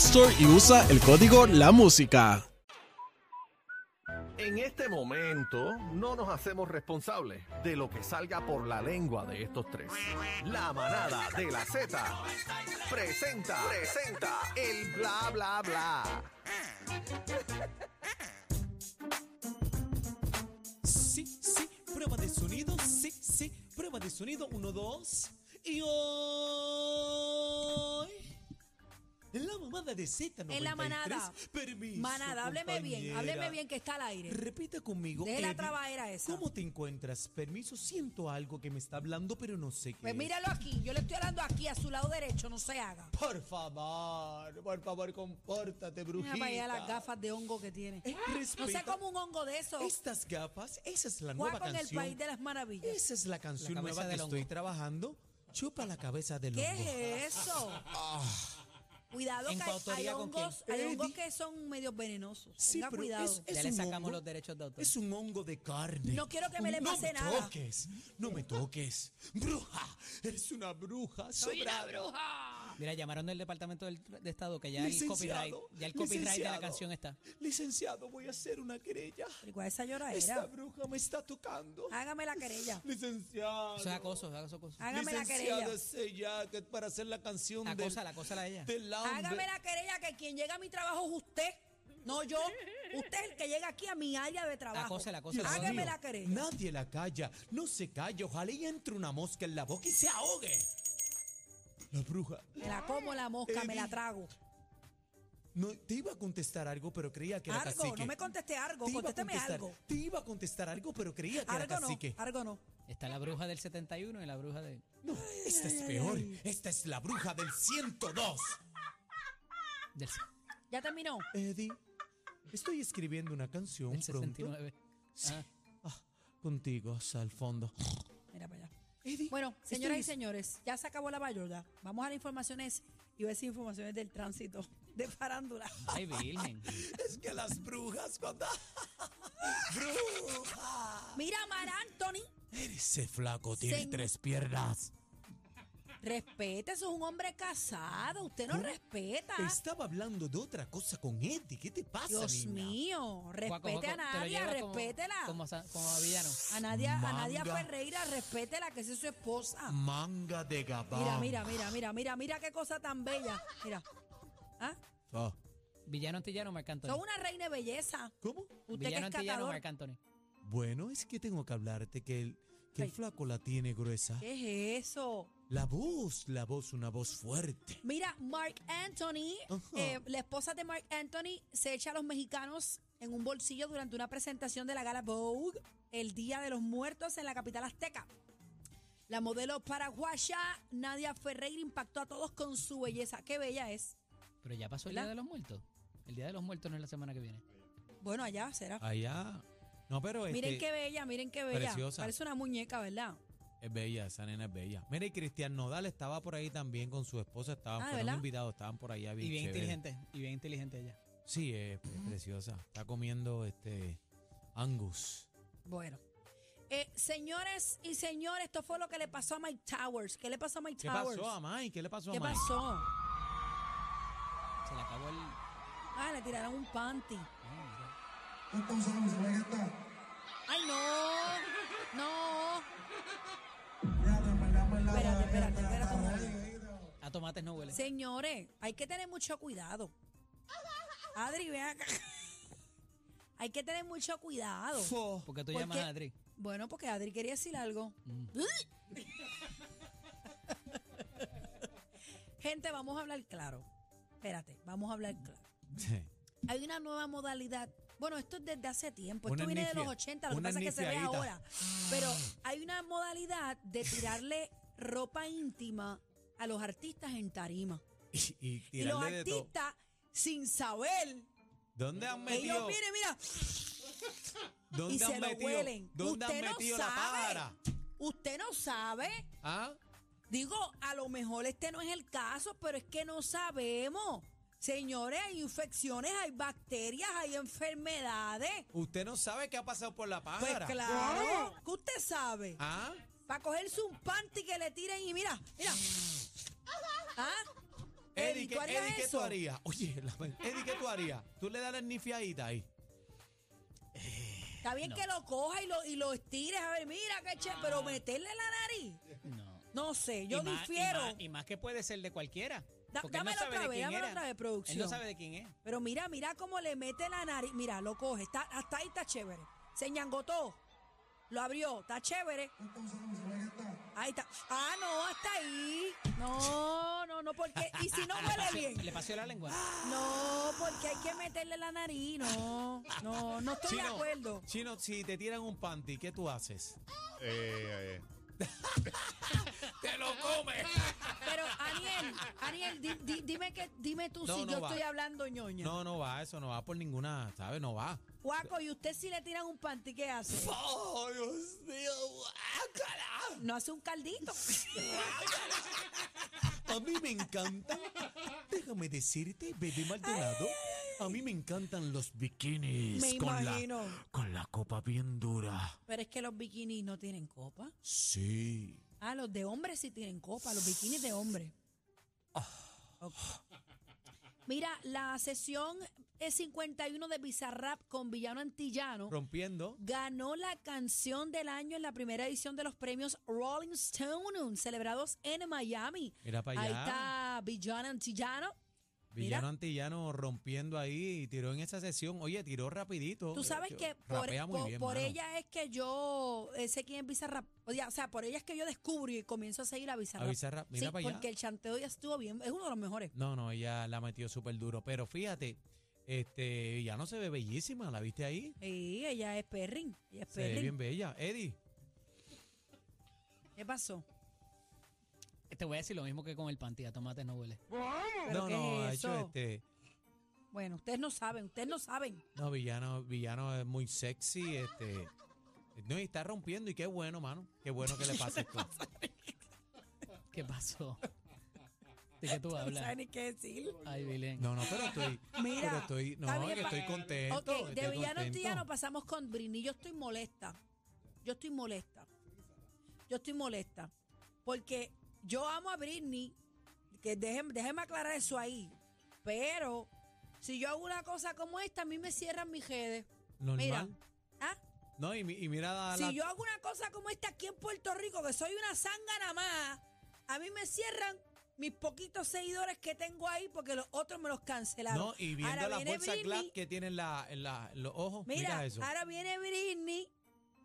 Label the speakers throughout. Speaker 1: Store y usa el código La Música.
Speaker 2: En este momento no nos hacemos responsables de lo que salga por la lengua de estos tres. La manada de la Z presenta, presenta el bla bla bla.
Speaker 3: Sí, sí, prueba de sonido, sí, sí, prueba de sonido, uno, dos. Y hoy. En la mamada de Z93.
Speaker 4: En la manada.
Speaker 3: Permiso.
Speaker 4: Manada, hábleme bien,
Speaker 3: compañera.
Speaker 4: hábleme bien que está al aire.
Speaker 3: Repita conmigo.
Speaker 4: Deje la
Speaker 3: Eddie,
Speaker 4: trabadera esa.
Speaker 3: ¿Cómo te encuentras? Permiso, siento algo que me está hablando, pero no sé qué.
Speaker 4: Pues
Speaker 3: es.
Speaker 4: míralo aquí, yo le estoy hablando aquí, a su lado derecho, no se haga.
Speaker 3: Por favor, por favor, compórtate,
Speaker 4: Mira
Speaker 3: brujita.
Speaker 4: para allá las gafas de hongo que tiene.
Speaker 3: Eh,
Speaker 4: No
Speaker 3: respeta.
Speaker 4: sé cómo un hongo de eso
Speaker 3: Estas gafas, esa es la
Speaker 4: juega
Speaker 3: nueva
Speaker 4: con el
Speaker 3: canción.
Speaker 4: país de las maravillas.
Speaker 3: Esa es la canción
Speaker 5: cabeza
Speaker 3: nueva que
Speaker 5: del hongo.
Speaker 3: estoy trabajando. Chupa la Ah. cabeza del hongo.
Speaker 4: ¿Qué es eso? Cuidado
Speaker 5: ¿En
Speaker 4: que hay, hay
Speaker 5: coautoría con
Speaker 4: hongos,
Speaker 3: quién?
Speaker 4: hay
Speaker 3: Eddie.
Speaker 4: hongos que son medios venenosos.
Speaker 3: Sí,
Speaker 4: Tenga
Speaker 3: pero
Speaker 4: cuidado.
Speaker 3: es-
Speaker 5: Ya
Speaker 3: es
Speaker 5: le
Speaker 3: un
Speaker 5: sacamos
Speaker 3: hongo.
Speaker 5: los derechos de autor.
Speaker 3: Es un hongo de carne.
Speaker 4: No quiero que me
Speaker 3: Un-
Speaker 4: le pase
Speaker 3: No me
Speaker 4: nada.
Speaker 3: toques, no me toques. Bruja, eres una bruja. Soy una bruja.
Speaker 5: Mira, llamaron del Departamento del- de Estado que ya el copyright,
Speaker 3: Licenciado,
Speaker 5: ya el copyright de la
Speaker 3: licenciado,
Speaker 5: canción está.
Speaker 3: Licenciado, voy a hacer una querella.
Speaker 4: Pero igual esa llora
Speaker 3: Esta
Speaker 4: era.
Speaker 3: bruja me está tocando.
Speaker 4: Hágame la querella.
Speaker 3: Licenciado.
Speaker 5: Eso es acoso, eso es acoso.
Speaker 4: Hágame la querella.
Speaker 3: Licenciado, ese jacket para hacer la canción de
Speaker 5: Acósala, acósala a ella.
Speaker 3: del hambre.
Speaker 4: Hágame la querella que quien llega a mi trabajo es usted, no yo. Usted es el que llega aquí a mi área de trabajo.
Speaker 5: Acósala, acósala.
Speaker 3: Dios
Speaker 4: Hágame
Speaker 3: mío,
Speaker 4: la querella.
Speaker 3: Nadie la calla, no se calla. Ojalá y entre una mosca en la boca y se ahogue. La bruja.
Speaker 4: Me la como la mosca, me la
Speaker 3: Eddie.
Speaker 4: trago.
Speaker 3: No, te iba a contestar algo, pero creía que era
Speaker 4: Algo,
Speaker 3: cacique.
Speaker 4: no me conteste algo,
Speaker 3: Te iba a
Speaker 4: contésteme
Speaker 3: contestar-
Speaker 4: algo.
Speaker 3: Te iba a contestar algo, pero creía que era
Speaker 4: Algo no,
Speaker 3: cacique.
Speaker 4: algo no.
Speaker 5: Está la bruja del 71 y la bruja de...
Speaker 3: No, esta es peor. Esta es la bruja del 102.
Speaker 5: del,
Speaker 4: Ya terminó.
Speaker 3: Eddie, estoy escribiendo una canción
Speaker 5: del
Speaker 3: pronto.
Speaker 5: 69. Ah,
Speaker 3: Ah, contigo hasta el fondo.
Speaker 4: Mira para allá.
Speaker 3: Eddie,
Speaker 4: Bueno,
Speaker 3: estoy
Speaker 4: señoras y
Speaker 3: es-
Speaker 4: señores, ya se acabó la mayorda. Vamos a las informaciones y voy a decir informaciones del tránsito, de farándula.
Speaker 5: ay, virgen.
Speaker 3: Es que las brujas cuando... ¡Bruja!
Speaker 4: Mira, Mar Anthony,
Speaker 3: Ese flaco tiene
Speaker 4: Señor.
Speaker 3: tres piernas.
Speaker 4: respete, eso es un hombre casado. Usted no
Speaker 3: ¿Cómo?
Speaker 4: respeta.
Speaker 3: Estaba hablando de otra cosa con Eddie. ¿Qué te pasa,
Speaker 4: Dios
Speaker 3: niña?
Speaker 4: mío,
Speaker 5: Juaco,
Speaker 4: respete a
Speaker 5: Juaco, te lo
Speaker 4: Nadia,
Speaker 5: lleva como-
Speaker 4: respétela.
Speaker 5: Como, sa- como a Villano. Ah,
Speaker 4: A Nadia, a Nadia
Speaker 3: Manga.
Speaker 4: Ferreira, respétela, que esa es su esposa.
Speaker 3: Manga de gabán.
Speaker 4: Mira, mira, mira, mira, mira, mira qué cosa tan bella. Mira. ¿Ah?
Speaker 3: Ah,
Speaker 5: Villano Antillano, Marc Anthony.
Speaker 4: Son una reina de belleza.
Speaker 3: ¿Cómo?
Speaker 4: Usted que
Speaker 5: Villano
Speaker 4: es
Speaker 5: Antillano,
Speaker 4: catador.
Speaker 5: Marc Anthony.
Speaker 3: Bueno, es que tengo que hablarte que el, que el
Speaker 4: Ay.
Speaker 3: flaco la tiene gruesa.
Speaker 4: ¿Qué es eso?
Speaker 3: La voz, la voz, una voz fuerte.
Speaker 4: Mira, Mark Anthony,
Speaker 3: Ajá.
Speaker 4: eh, la esposa de Mark Anthony se echa a los mexicanos en un bolsillo durante una presentación de la gala Vogue el Día de los Muertos en la capital azteca. La modelo paraguaya Nadia Ferreira impactó a todos con su belleza. Qué bella es.
Speaker 5: Pero ya pasó el
Speaker 4: ¿Verdad?
Speaker 5: Día de los Muertos. El Día de los Muertos no es la semana que viene.
Speaker 4: Bueno, allá
Speaker 3: Ah,
Speaker 4: será.
Speaker 3: Allá. No, pero es,
Speaker 4: Miren
Speaker 3: que
Speaker 4: qué bella, miren qué bella.
Speaker 3: este, preciosa.
Speaker 4: Parece una muñeca, ¿verdad?
Speaker 3: es bella, esa nena es bella. Mira, y Cristian Nodal estaba por ahí también con su esposa, estaban
Speaker 4: Ah,
Speaker 3: fueron
Speaker 4: ¿verdad?
Speaker 3: invitados, estaban por allá bien
Speaker 5: Y bien
Speaker 3: chévere.
Speaker 5: inteligente, y bien inteligente ella.
Speaker 3: Sí, es,
Speaker 4: Mm.
Speaker 3: es preciosa. Está comiendo este Angus.
Speaker 4: Bueno. Eh, señores y señores, esto fue lo que le pasó a Mike Towers. ¿Qué le pasó a Mike
Speaker 3: ¿Qué
Speaker 4: Towers?
Speaker 3: pasó a Mike? ¿Qué le pasó
Speaker 4: ¿Qué
Speaker 3: a Mike?
Speaker 4: pasó?
Speaker 5: Se le acabó el...
Speaker 4: Ah, le tiraron un panty.
Speaker 5: Ah,
Speaker 4: ¡Ay, no! ¡No! Espérate, espérate, espérate un momento.
Speaker 5: mira. a tomates no huele.
Speaker 4: Señores, hay que tener mucho cuidado. Adri, ven acá. Hay que tener mucho cuidado.
Speaker 3: Fo.
Speaker 5: Porque tú
Speaker 4: ¿Por
Speaker 5: llamas
Speaker 4: qué?
Speaker 5: a Adri.
Speaker 4: Bueno, porque Adri quería decir algo.
Speaker 3: Mm.
Speaker 4: Gente, vamos a hablar claro. Espérate, vamos a hablar claro. Hay una nueva modalidad. Bueno, esto es desde hace tiempo. Esto
Speaker 3: Una
Speaker 4: viene de
Speaker 3: nifia-
Speaker 4: los 80, lo que
Speaker 3: una
Speaker 4: pasa es que se ve
Speaker 3: nifiadita.
Speaker 4: ahora. Pero hay una modalidad de tirarle ropa íntima a los artistas en tarima.
Speaker 3: y, y
Speaker 4: y los
Speaker 3: tirarle de todo.
Speaker 4: artistas sin saber.
Speaker 3: ¿Dónde han
Speaker 4: Ellos
Speaker 3: metido?
Speaker 4: vienen, mira,
Speaker 3: ¿Dónde
Speaker 4: y se
Speaker 3: han
Speaker 4: lo
Speaker 3: metido?
Speaker 4: huelen.
Speaker 3: ¿Dónde
Speaker 4: Usted
Speaker 3: han
Speaker 4: no
Speaker 3: metido la
Speaker 4: sabe.
Speaker 3: pájara?
Speaker 4: usted no sabe.
Speaker 3: ¿Ah?
Speaker 4: Digo, a lo mejor este no es el caso, pero es que no sabemos. Señores, hay infecciones, hay bacterias, hay enfermedades.
Speaker 3: ¿Usted no sabe qué ha pasado por la
Speaker 4: Pues
Speaker 3: pájara?
Speaker 4: claro, que usted sabe.
Speaker 3: ¿Ah?
Speaker 4: Para cogerse un panty que le tiren y mira, mira. ¿Ah?
Speaker 3: Eddie,
Speaker 4: Eddie,
Speaker 3: ¿qué,
Speaker 4: ¿tú harías
Speaker 3: Eddie, ¿qué tú
Speaker 4: eso?
Speaker 3: harías? Oye, la, Eddie, ¿qué tú harías? Tú le das la nifiadita ahí.
Speaker 4: Está bien que lo coja y lo, y lo estires. A ver, mira, qué che,
Speaker 3: Ah.
Speaker 4: pero meterle la nariz.
Speaker 5: No.
Speaker 4: No sé, yo
Speaker 5: Y más- y
Speaker 4: difiero.
Speaker 5: más- Y más que puede ser de cualquiera.
Speaker 4: Da-
Speaker 5: porque él no
Speaker 4: dámelo
Speaker 5: sabe
Speaker 4: otra
Speaker 5: de
Speaker 4: vez,
Speaker 5: quién
Speaker 4: dámelo
Speaker 5: era.
Speaker 4: otra vez,
Speaker 5: Él no
Speaker 4: producción.
Speaker 5: sabe de quién es.
Speaker 4: Pero mira, mira cómo le mete la nariz. Mira, lo coge. Está, hasta ahí está chévere. Se ñangotó. Lo abrió. Está chévere. Ahí está. Ah, no, hasta ahí. No, no, no, porque. Y si no huele bien. Ah.
Speaker 5: Le pasó la lengua.
Speaker 4: No, porque hay que meterle la nariz. No, no, no estoy de acuerdo.
Speaker 3: Chino, si te tiran un panty, ¿qué tú haces?
Speaker 6: Eh, eh,
Speaker 3: ¡Te lo comes!
Speaker 4: Pero, Aniel, Aniel, di- di- dime, que, dime tú
Speaker 3: No,
Speaker 4: si
Speaker 3: no
Speaker 4: yo
Speaker 3: va.
Speaker 4: estoy hablando ñoña.
Speaker 3: No, no va, eso no va por ninguna, ¿sabes? No va.
Speaker 4: Guaco, ¿y usted si le tiran un panty, qué hace?
Speaker 3: ¡Oh, Dios mío! guácala!
Speaker 4: No hace un caldito.
Speaker 3: A mí me encanta. Déjame decirte, bebé Maldonado. A mí me encantan los bikinis.
Speaker 4: Me
Speaker 3: con la-
Speaker 4: imagino.
Speaker 3: con la copa bien dura.
Speaker 4: Pero es que los bikinis no tienen copa.
Speaker 3: Sí.
Speaker 4: Ah, los de hombres sí tienen copa, los bikinis de hombre.
Speaker 3: Ah.
Speaker 4: Ok. Mira, la sesión es 51 de Bizarrap con Villano Antillano
Speaker 3: Rompiendo.
Speaker 4: ganó la canción del año en la primera edición de los premios Rolling Stone celebrados en Miami.
Speaker 3: Mira para
Speaker 4: Ahí
Speaker 3: allá.
Speaker 4: está Villano Antillano.
Speaker 3: Villano Antillano rompiendo ahí. Tiró en esa sesión. Oye, tiró rapidito.
Speaker 4: Tú sabes
Speaker 3: Eh,
Speaker 4: que por,
Speaker 3: rapea muy
Speaker 4: por-
Speaker 3: bien,
Speaker 4: por
Speaker 3: mano.
Speaker 4: ella es que yo eh, sé quién es Bizarrap. O sea, o sea, por ella es que yo descubro y comienzo a seguir a Bizarrap.
Speaker 3: A Bizarrap, mira
Speaker 4: sí,
Speaker 3: para allá.
Speaker 4: porque el chanteo ya estuvo bien, es uno de los mejores.
Speaker 3: No, no, ella la metió súper duro. Pero fíjate, este, Villano se ve bellísima. ¿La viste ahí?
Speaker 4: Sí, ella es Perrin. Ella es
Speaker 3: Se ve
Speaker 4: Perrin.
Speaker 3: bien bella. Eddie.
Speaker 4: ¿Qué pasó?
Speaker 5: Te voy a decir lo mismo que con el panty, a tomate no huele.
Speaker 4: ¿Pero
Speaker 3: no,
Speaker 4: qué
Speaker 3: no,
Speaker 4: es
Speaker 3: ha hecho
Speaker 4: eso?
Speaker 3: este.
Speaker 4: Bueno, ustedes no saben, ustedes no saben.
Speaker 3: No, Villano, Villano es muy sexy. Este. No, y está rompiendo. Y qué bueno, mano. Qué bueno que le pase esto.
Speaker 5: ¿Qué pasó? ¿De qué tú
Speaker 4: No saben
Speaker 5: hablas?
Speaker 4: ni qué decir.
Speaker 5: Ay, Vilén.
Speaker 3: No, no, pero estoy.
Speaker 4: Mira,
Speaker 3: pero estoy. No,
Speaker 4: está bien,
Speaker 3: que
Speaker 4: pa-
Speaker 3: estoy contento.
Speaker 4: Ok, de
Speaker 3: estoy
Speaker 4: Villano
Speaker 3: contento.
Speaker 4: Antillano pasamos con Britney. Yo estoy molesta. Yo estoy molesta. Yo estoy molesta. Porque yo amo a Britney. Que dejen, déjenme aclarar eso ahí. Pero si yo hago una cosa como esta, a mí me cierran mis redes.
Speaker 3: Normal.
Speaker 4: Mira. ¿Ah?
Speaker 3: No, y, mi- y mira la, la-
Speaker 4: Si yo hago una cosa como esta aquí en Puerto Rico, que soy una zángana más, a mí me cierran mis poquitos seguidores que tengo ahí porque los otros me los cancelaron.
Speaker 3: No, y viendo
Speaker 4: Ahora
Speaker 3: la
Speaker 4: viene
Speaker 3: bolsa
Speaker 4: Britney,
Speaker 3: Glad que tiene en, la, en la- en los ojos. Mira,
Speaker 4: Mira,
Speaker 3: eso.
Speaker 4: ahora viene Britney,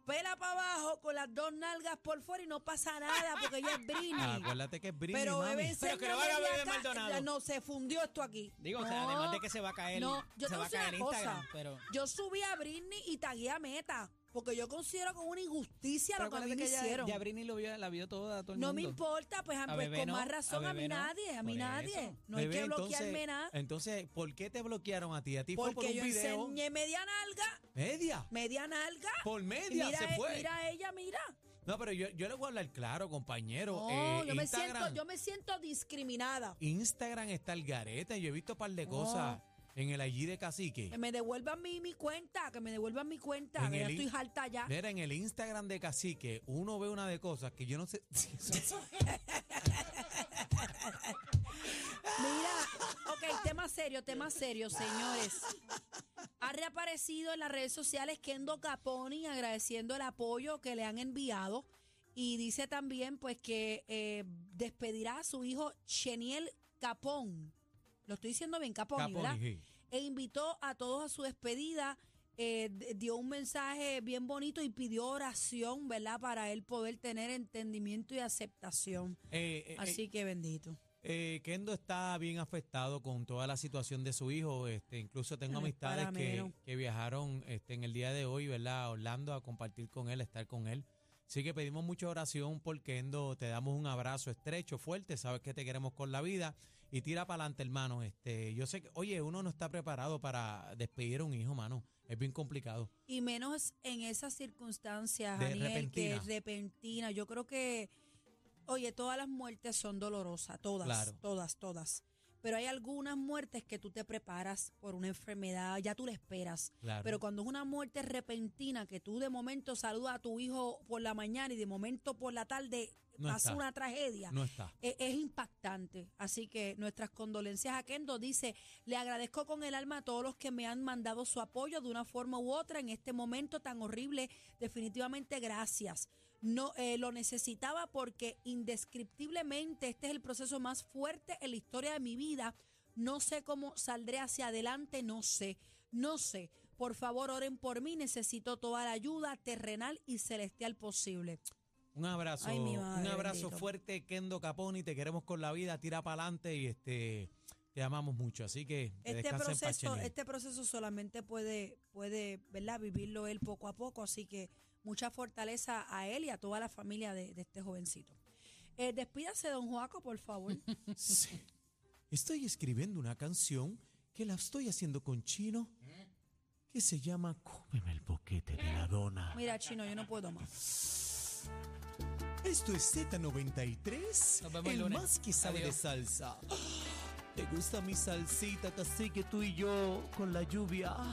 Speaker 4: pela para abajo con las dos nalgas por fuera y no pasa nada porque ella es Britney.
Speaker 5: Ah,
Speaker 3: Acuérdate que es Britney,
Speaker 4: pero
Speaker 3: mami.
Speaker 4: bebé,
Speaker 5: pues, Pero que lo haga
Speaker 4: enséñame
Speaker 5: Bebé
Speaker 4: acá.
Speaker 5: Maldonado.
Speaker 4: No, se fundió esto aquí.
Speaker 5: Digo,
Speaker 4: no,
Speaker 5: o sea, además de que se va a caer,
Speaker 4: no, yo
Speaker 5: se
Speaker 4: te
Speaker 5: va
Speaker 4: voy
Speaker 5: a
Speaker 4: a decir
Speaker 5: caer
Speaker 4: una
Speaker 5: Instagram,
Speaker 4: cosa.
Speaker 5: pero
Speaker 4: Yo subí a Britney y tagué a Meta porque yo considero como una injusticia
Speaker 5: Pero
Speaker 4: lo que a mí
Speaker 5: acuérdate
Speaker 4: me
Speaker 5: que ya-
Speaker 4: hicieron.
Speaker 5: Ya Britney lo vio, la vio toda, todo el
Speaker 4: No me
Speaker 5: mundo.
Speaker 4: importa, pues,
Speaker 5: A
Speaker 4: pues,
Speaker 5: bebé
Speaker 4: con
Speaker 5: no,
Speaker 4: más razón
Speaker 5: a
Speaker 4: a, mí
Speaker 5: bebé no.
Speaker 4: nadie, a mí
Speaker 5: Por
Speaker 4: nadie.
Speaker 5: eso.
Speaker 4: No hay
Speaker 3: Bebé,
Speaker 4: que bloquearme
Speaker 3: entonces,
Speaker 4: nada.
Speaker 3: Entonces, ¿por qué te bloquearon a ti? A ti fue por
Speaker 4: Porque
Speaker 3: un
Speaker 4: yo
Speaker 3: video.
Speaker 4: enseñé media nalga,
Speaker 3: Media.
Speaker 4: media nalga.
Speaker 3: Por
Speaker 4: y
Speaker 3: media
Speaker 4: mira,
Speaker 3: se
Speaker 4: e-
Speaker 3: fue.
Speaker 4: mira ella, mira.
Speaker 3: No, pero yo, yo le voy a hablar claro, compañero.
Speaker 4: No,
Speaker 3: Eh,
Speaker 4: yo, me
Speaker 3: Instagram,
Speaker 4: siento, yo me siento discriminada.
Speaker 3: Instagram está el garete. Yo he visto un par de cosas en el allí de Cacique.
Speaker 4: Que me devuelvan mi, mi cuenta, que me devuelvan mi cuenta,
Speaker 3: En
Speaker 4: que ya
Speaker 3: el in-
Speaker 4: estoy harta ya.
Speaker 3: Mira, en el Instagram de Cacique, uno ve una de cosas que yo no sé.
Speaker 4: Mira, ok, tema serio, tema serio, señores. Ha reaparecido en las redes sociales Kendo Caponi agradeciendo el apoyo que le han enviado y dice también pues que eh, despedirá a su hijo Cheniel Capón. Lo estoy diciendo bien, Caponi, ¿verdad?
Speaker 3: Caponi, sí.
Speaker 4: e invitó a todos a su despedida. eh, d- dio un mensaje bien bonito y pidió oración, ¿verdad? Para él poder tener entendimiento y aceptación.
Speaker 3: Eh, eh, eh,
Speaker 4: Así que bendito.
Speaker 3: Eh, Kendo está bien afectado con toda la situación de su hijo. Este, incluso tengo
Speaker 4: Ay,
Speaker 3: amistades
Speaker 4: páramelo.
Speaker 3: que, que viajaron este, en el día de hoy, ¿verdad? A Orlando a compartir con él, a estar con él. Así que pedimos mucha oración por Kendo, te damos un abrazo estrecho, fuerte, sabes que te queremos con la vida y tira para adelante, hermano. Este, yo sé que, oye, uno no está preparado para despedir a un hijo, mano. Es bien complicado.
Speaker 4: Y menos en esas circunstancias,
Speaker 3: De
Speaker 4: Daniel, que
Speaker 3: repentina.
Speaker 4: es repentina. Yo creo que, oye, todas las muertes son dolorosas, todas,
Speaker 3: Claro.
Speaker 4: todas, todas. Pero hay algunas muertes que tú te preparas por una enfermedad, ya tú la esperas.
Speaker 3: Claro.
Speaker 4: Pero cuando es una muerte repentina, que tú de momento saludas a tu hijo por la mañana y de momento por la tarde
Speaker 3: No
Speaker 4: pasa
Speaker 3: está.
Speaker 4: una tragedia,
Speaker 3: no está.
Speaker 4: e- es, impactante. Así que nuestras condolencias a Kendo. Dice, le agradezco con el alma a todos los que me han mandado su apoyo de una forma u otra en este momento tan horrible. Definitivamente gracias. No, eh, lo necesitaba porque indescriptiblemente este es el proceso más fuerte en la historia de mi vida. No sé cómo saldré hacia adelante, no sé, no sé. Por favor, oren por mí, necesito toda la ayuda terrenal y celestial posible.
Speaker 3: Un abrazo,
Speaker 4: Ay, mi
Speaker 3: un
Speaker 4: madre,
Speaker 3: abrazo
Speaker 4: bendito.
Speaker 3: fuerte, Kendo Caponi, te queremos con la vida, tira para adelante y este te amamos mucho, así que que
Speaker 4: este
Speaker 3: descansa en paz,
Speaker 4: proceso,
Speaker 3: Cheniel.
Speaker 4: este proceso solamente puede, puede, ¿verdad? Vivirlo él poco a poco, así que mucha fortaleza a él y a toda la familia de, de este jovencito. Eh, despídase, don Joaco, por favor.
Speaker 3: Sí. Estoy escribiendo una canción que la estoy haciendo con chino que se llama Cómeme el boquete de la dona.
Speaker 4: Mira, chino, yo no puedo más.
Speaker 5: Esto es Z93,
Speaker 3: Nos vemos el
Speaker 5: el
Speaker 3: lunes.
Speaker 5: más que sabe de
Speaker 3: Adiós.
Speaker 5: salsa. ¿Te gusta mi salsita, cacique, tú y yo, con la lluvia?